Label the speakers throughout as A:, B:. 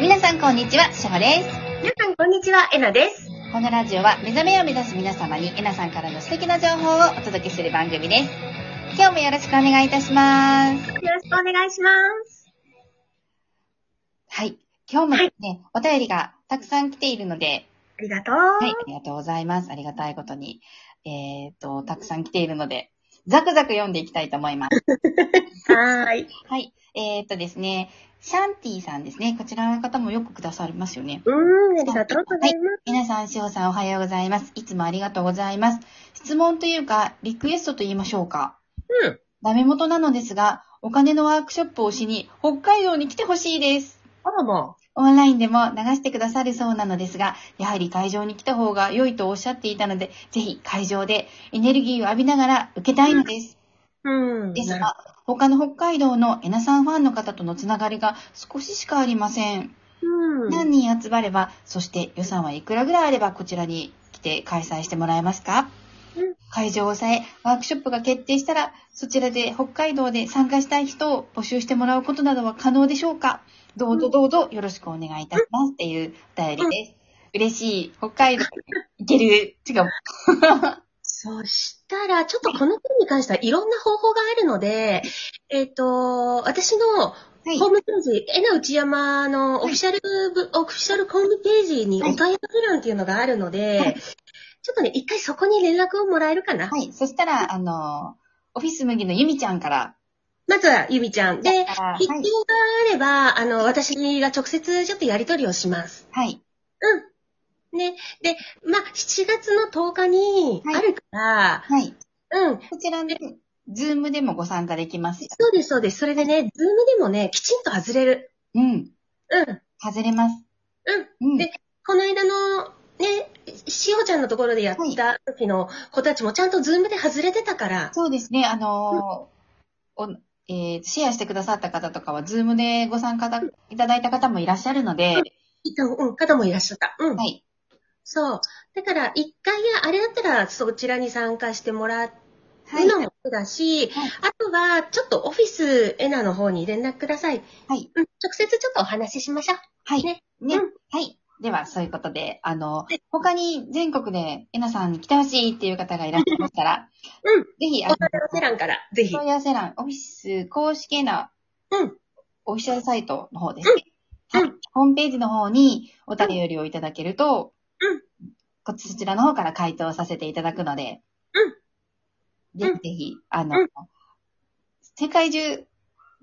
A: 皆さんこんにちは、しほです。
B: 皆さん、こんにちは。えなです。
A: このラジオは目覚めを目指す皆様にえなさんからの素敵な情報をお届けする番組です。今日もよろしくお願いいたします。
B: よろしくお願いします。
A: はい。今日もですね、お便りがたくさん来ているので、
B: ありがとう。
A: はい、ありがとうございます。ありがたいことに。えっ、と、たくさん来ているので、ザクザク読んでいきたいと思います。
B: はーい。
A: はい。えっ、とですね、シャンティさんですね。こちらの方もよくくださりますよね。
B: うーん、ありがとうございま
A: 皆さん、しほさんおはようございます。いつもありがとうございます。質問というか、リクエストと言いましょうか。
B: す。うん。
A: ダメ元なのですが、お金のワークショップをしに北海道に来てほしいです。
B: あらま
A: オンラインでも流してくださるそうなのですが、やはり会場に来た方が良いとおっしゃっていたので、ぜひ会場でエネルギーを浴びながら受けたいのです。
B: あ。うん。
A: です
B: なる
A: が、他の北海道のエナさんファンの方とのつながりが少ししかありません。
B: うん。
A: 何人集まれば、そして予算はいくらぐらいあればこちらに来て開催してもらえますか、
B: うん
A: 会場を抑え、ワークショップが決定したら、そちらで北海道で参加したい人を募集してもらうことなどは可能でしょうかどうぞどうぞよろしくお願いいたしますっていうお便りです。嬉しい。北海道、行ける。違う。
B: そしたら、ちょっとこの件に関してはいろんな方法があるので、えっ、と、私の
A: はい
B: ホームページ、えなうちやまのオフィシャルブ、オフィシャルホームページにお問い合わせ欄っていうのがあるので、
A: はい
B: ちょっとね、一回そこに連絡をもらえるかな。
A: はい。そしたら、あの、オフィス麦のゆみちゃんから。
B: まずは、ゆみちゃん。で、
A: は
B: 必
A: い
B: 要があれば、あの、私が直接ちょっとやり取りをします。
A: はい。
B: ね。で、まあ、7月の10日に
A: はい
B: あるから、
A: はい。
B: うん。
A: こちらで、ズームでもご参加できます。
B: そうです、そうです。それでね、ズームでもね、きちんと外れる。
A: うん。
B: うん。
A: 外れます。うん。
B: でこの間の、ね、しおちゃんのところでやった時の子たちもちゃんとズームで外れてたから、
A: そうですね。あのーおえーシェアしてくださった方とかは、ズームでご参加いただいた方もいらっしゃるので、
B: いたうん、方もいらっしゃった。うん。
A: はい。
B: そう。だから、一回や、あれだったら、そちらに参加してもらう
A: はい。
B: のもそうだし、
A: はい
B: あとは、ちょっとオフィスエナの方に連絡ください。
A: はい。
B: うん、直接ちょっとお話ししましょう。
A: はい。ね
B: ね。うん
A: はい。では、そういうことで、あの、他に全国でえなさんに来てほしいっていう方がいらっしゃいましたら、
B: うん
A: ぜひ、あ
B: お
A: の
B: 問、い合わせ欄から、ぜひ。
A: 問い合わせ欄、オフィス公式への、
B: うん
A: オフィシャルサイトの方ですね。
B: うん
A: はい。ホームページの方にお便りをいただけると、
B: うん
A: こそちらの方から回答させていただくので、
B: ん
A: ぜ
B: う
A: ひぜ
B: ん
A: ひ、あの、
B: う
A: 世界中、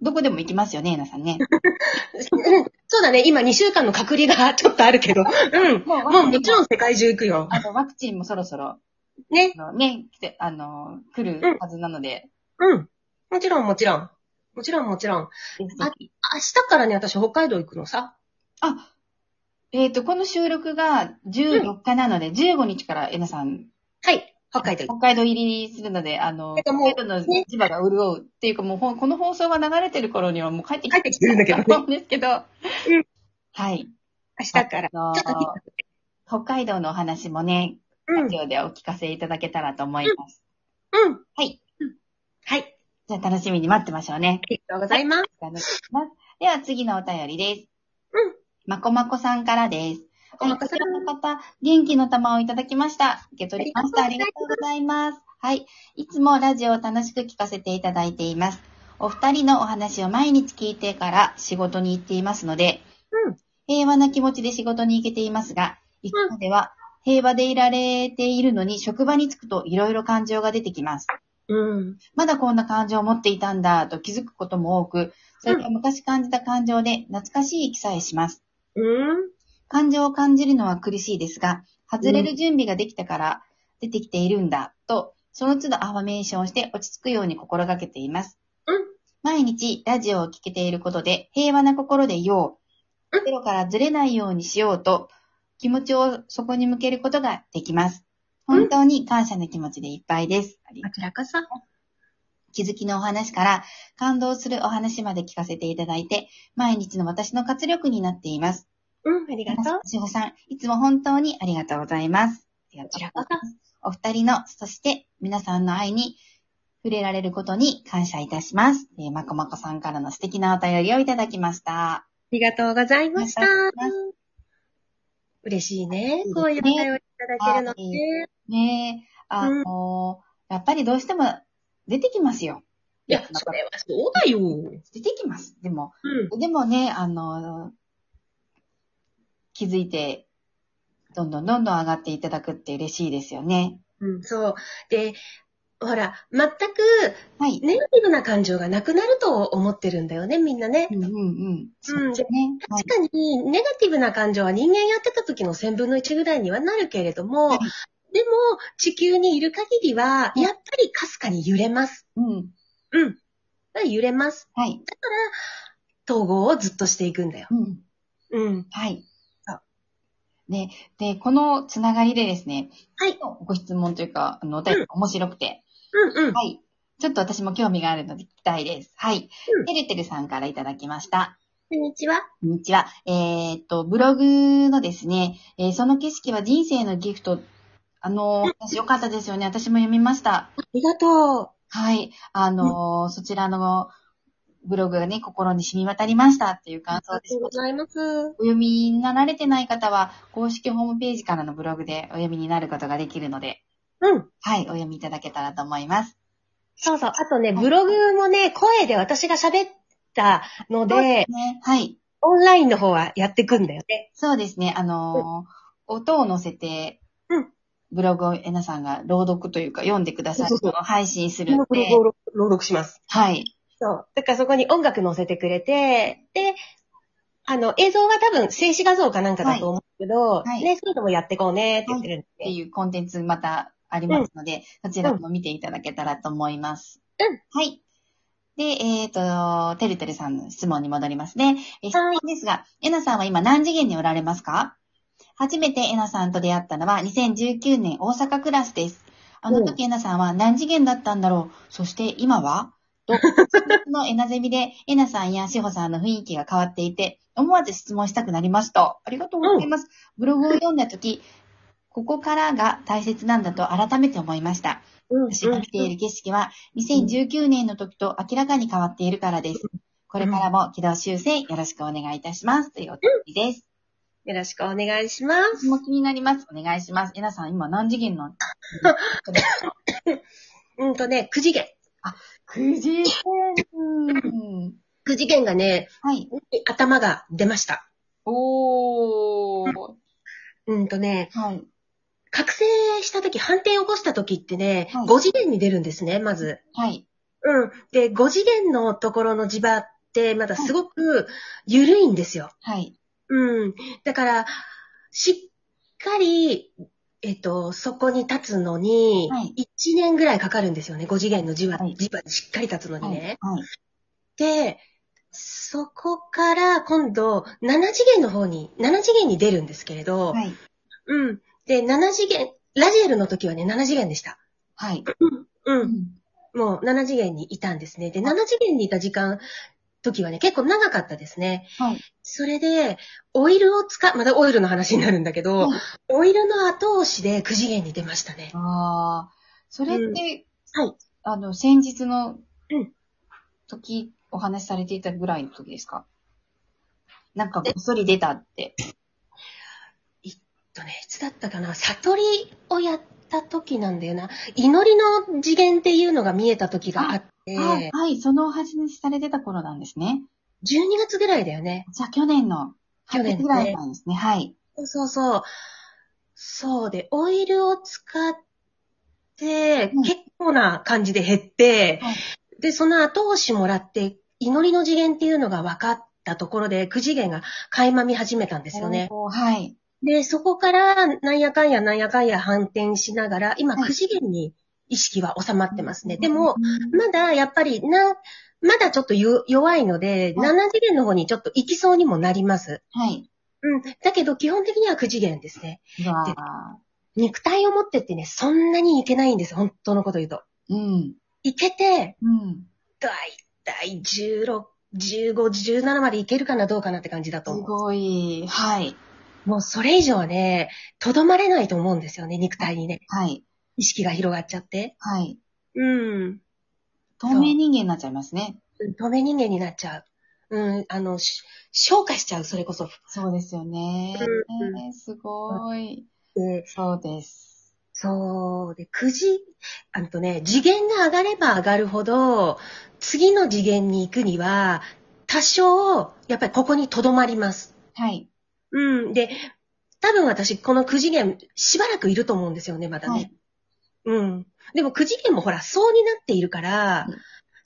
A: どこでも行きますよね、えなさんね。
B: うん そうだね、今2週間の隔離がちょっとある けど。うん。
A: もう
B: もうもちろん世界中行くよ。
A: あの、ワクチンもそろそろ、
B: ね。
A: あのね、来てあの、来るはずなので、
B: うん。もちろんもちろん。もちろんもちろん。明
A: ぜひぜひ
B: 日からね、私北海道行くのさ。
A: あ、えっ、と、この収録が14日なので、15日からえなさん、
B: はい。北海道行
A: 北海道入りするので、あの、
B: て
A: 北
B: かもう
A: 海道の磁場が潤うっていうか、もうほんこ の放送が流れてる頃にはもう帰って
B: く。
A: き
B: 帰っててきてるんだけどね。
A: と思うんですけど、
B: うん
A: はい。
B: 明日から。
A: あの
B: ちょっと
A: 北海道のお話もね、
B: う
A: ラ
B: ん。
A: ジオでお聞かせいただけたらと思います。
B: うん。
A: はい
B: うん。はい。
A: じゃあ楽しみに待ってましょうね
B: あ。りがとうございます。
A: お願いしますでは次のお便りです。
B: うん。
A: まこまこさんからです。
B: まこまこさん
A: はいこちらの方、元気の玉をいただきました。受け取りました。あ
B: あ
A: り
B: り
A: が
B: が
A: と
B: と
A: うございます。はい。いつもラジオを楽しく聞かせていただいています。お二人のお話を毎日聞いてから仕事に行っていますので、
B: うん
A: 平和な気持ちで仕事に行けていますが、行くまでは平和でいられているのに職場に着くといろいろ感情が出てきます。
B: うん。
A: まだこんな感情を持っていたんだと気づくことも多く、それが昔感じた感情で懐かしい気さえします。
B: うん。
A: 感情を感じるのは苦しいですが、外れる準備ができたから出てきているんだと、その都度アファメーションして落ち着くように心がけています。
B: うん
A: 毎日ラジオを聴けていることで平和な心でいよ
B: う
A: う。ゼロからずれないようにしようと、気持ちをそこに向けることができます。
B: うん
A: 本当に感謝の気持ちでいっぱいです。あり
B: こちらこそ。
A: 気づきのお話から感動するお話まで聞かせていただいて、毎日の私の活力になっています。
B: うん。ありがとう。
A: しほさん、いつも本当にありがとうございます。ありがとうございますお二人の、そして皆さんの愛に触れられることに感謝いたします。えーまこまこさんからの素敵なお便りをいただきました。
B: ありがとうございました
A: ありがとうございま。
B: 嬉しいね
A: いいですね。
B: こういうお便りいただけるのね。
A: ねえ、あの、やっぱりどうしても出てきますよ。
B: いや、それはそうだよ。うん。
A: 出てきます。でも、 でもね、あの、気づいて、どんどんどんどん上がっていただくって嬉しいですよね。
B: うん、そう。で、ほら、全く
A: はい。
B: ネガティブな感情がなくなると思ってるんだよね、みんなね。
A: うんうんうん。
B: うん、で
A: ね。はい
B: 確。かに、ネガティブな感情は人間やってた時の1000分の1ぐらいにはなるけれども、
A: はい
B: でも、地球にいる限りは、
A: うん
B: やっぱりかすかに揺れます。
A: うん。
B: うん。揺れます。
A: はい。
B: 統合をずっとしていくんだよ。
A: うん。
B: うん。
A: はい
B: そう。
A: で、で、このつながりでですね、
B: はい。
A: ご質問というか、あの、お便りが面白くて、
B: うんうん。
A: はい。ちょっと私も興味があるので聞きたいです。はい。
B: うん
A: てるてるさんからいただきました。
B: こんにちは。
A: こんにちは。えーっと、ブログのですね、えーその景色は人生のギフト、あのー、私よかったですよね。私も読みました。
B: ありがと
A: はい。あのー、そちらのブログがね、心に染み渡りましたっていう
B: う。
A: 感想です。
B: ございます。
A: お読みになられてない方は、公式ホームページからのブログでお読みになることができるので、
B: うん。
A: はい、お読みいただけたらと思います。
B: そうそう。あとね、ブログもね、声で私が喋ったの
A: そうで
B: で、
A: すね。はい。
B: オンラインの方はやってくんだよね。
A: そうですね。あのー音を乗せて
B: うん、
A: ブログをえなさんが朗読というか読んでくださる
B: そうそう
A: のを配信する
B: 今
A: の
B: のブロ
A: で
B: グ、を朗読します。
A: はい。
B: そう。だからそこに音楽乗せてくれて、で、あの、映像は多分静止画像かなんかだと思うけど、
A: はいはい
B: ね、そういうのもやってこうねって言ってるんで、
A: っていうコンテンツまたありますので、そちらも見ていただけたらと思います。
B: うん
A: はい。で、えっ、と、てるてるさんの質問に戻りますね。え質問ですが、えなさんは今何次元におられますか初めてえなさんと出会ったのは2019年大阪クラスです。あの時えなさんは何次元だったんだろうそして今はと、そのえなゼミでえなさんやしほさんの雰囲気が変わっていて、思わず質問したくなりました。ありがとうございます。ブログを読んだ時、ここからが大切なんだと改めて思いました。
B: うん
A: 私が見ている景色は2019年の時と明らかに変わっているからです。これからも軌道修正よろしくお願いいたします。というお便りです。
B: よろしくお願いします。
A: 私も気になります。お願いします。えなさん、今何次元の
B: うんとね、9次元。
A: ?9 次元。うん
B: 9次元がね、
A: はい。
B: 頭が出ました。
A: おー。
B: うんとね、
A: はい。
B: 覚醒した時、反転を起こした時ってね、
A: はい
B: 5次元に出るんですね、まず。
A: はい。
B: うん。で、5次元のところの磁場って、まだすごく緩いんですよ。
A: はい。
B: うん。だから、しっかり、えっと、そこに立つのに
A: はい、
B: 1年ぐらいかかるんですよね。5次元の磁場、
A: はい
B: 磁場にしっかり立つのに
A: はい。
B: ね。
A: はい。
B: で、そこから今度、7次元の方に、7次元に出るんですけれど、
A: はい。
B: うん。で、7次元、ラジエルの時はね、7次元でした。
A: はい。
B: う。
A: うんん
B: もう7次元にいたんですね。で、7次元にいた時間、時はね、結構長かったですね。
A: はい。
B: それで、オイルを使、まだオイルの話になるんだけど、
A: はい
B: オイルの後押しで9次元に出ましたね。
A: ああ、それって、
B: うんはい
A: あの、先日の
B: うん
A: 時、お話しされていたぐらいの時ですかなんかごっそり出たって。
B: とね、いつだったかな、悟りをやった時なんだよな。祈りの次元っていうのが見えた時があって、
A: はい、はい、そのお話しされてた頃なんですね。
B: 12月ぐらいだよね。
A: じゃあ去年の、
B: 去年
A: 8
B: ね
A: ぐらいなんですね。はい。
B: そうそうそう。そうで、オイルを使って、
A: うん
B: 結構な感じで減って、
A: はい
B: で、その後押しもらって、祈りの次元っていうのが分かったところで、9次元が垣間見始めたんですよね。
A: おーはい。
B: で、そこから、なんやかんやなんやかんや反転しながら、今、
A: はい
B: 9次元に意識は収まってますね。でも、
A: うん
B: まだやっぱり、な、まだちょっとゆ弱いので、
A: はい
B: 7次元の方にちょっと行きそうにもなります。
A: はい。
B: うん。だけど、基本的には9次元ですね。
A: うわあ
B: 肉体を持ってってね、そんなにいけないんです。本当のこと言うと。
A: うん。
B: いけて、
A: うん。
B: だいたい16、15、17までいけるかなどうかなって感じだと
A: す
B: 思
A: ごい。はい。
B: う。もうそれ以上はね、とどまれないと思うんですよね、肉体にね。
A: はい。
B: 意識が広がっちゃって。
A: はい。
B: うん。
A: 透明人間になっちゃいますね。
B: 透明人間になっちゃう。うん、あの、し消化しちゃう、それこそ。
A: そうですよね。
B: うん
A: ねすごい。
B: で
A: そうです。
B: そう。で、くじ、あのとね、次元が上がれば上がるほど、次の次元に行くには、多少、やっぱりここに留まります。
A: はい。
B: うん。で、多分私、この9次元、しばらくいると思うんですよね、まだね。
A: はい。
B: うん。でも9次元もほら、層になっているから、
A: うん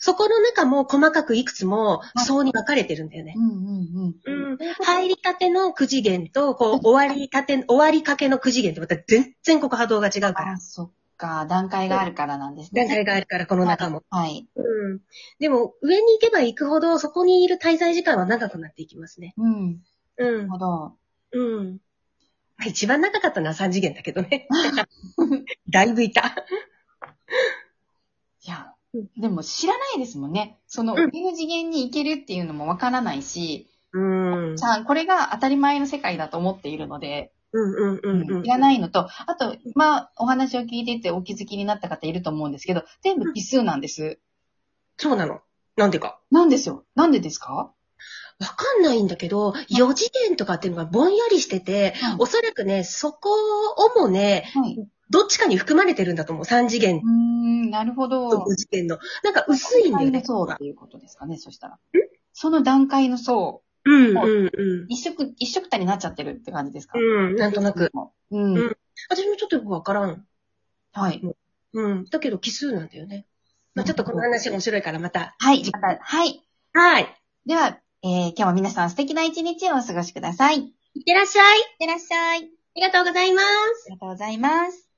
B: そこの中も細かくいくつも
A: い
B: 層に分かれてるんだよね
A: う。んうんうん。
B: うん。入りたての9次元と、こう、終わりたて、終わりかけの9次元ってまた全然ここ波動が違うから
A: あ、。そっか。段階があるからなんですね。
B: 段階があるから、この中も。
A: はい。
B: うん。でも、上に行けば行くほど、そこにいる滞在時間は長くなっていきますね。
A: うん。
B: う
A: なんる。ほど。
B: うん。まあ一番長かったのは3次元だけど ね。だいぶいた。
A: いや
B: うん、
A: でも知らないですもんね。その
B: う
A: 上
B: ん
A: の次元に行けるっていうのもわからないし、
B: うん。うん
A: さあ、これが当たり前の世界だと思っているので、
B: うんうんうん。
A: いらないのと、あと、今お話を聞いててお気づきになった方いると思うんですけど、全部奇数なんです。
B: そうなの。なんでか。
A: なんですよ。なんでですか
B: わかんないんだけど、4次元とかっていうのがぼんやりしてて、
A: はい
B: おそらくね、そこをもね、
A: はい。
B: どっちかに含まれてるんだと思う。3次元
A: うーん、なるほど。
B: と5次元の。なんか薄いんだよね。
A: 段階の層っていうことですかね、そしたら。その段階の層、
B: うん、うん、うん。
A: 一色、一色たになっちゃってるって感じですか、
B: うん、なんとなく。。
A: うん。
B: うん私もちょっとよくわからん。
A: はい。
B: うん。だけど奇数なんだよね。まあ、ちょっとこの話面白いからまた。
A: はい。また、はい。
B: はい。
A: では、えー、今日も皆さん素敵な一日をお過ごしください。いっ
B: いってらっしゃい。
A: てらっしゃい。あ
B: ありがとうございます。
A: りがとうございます。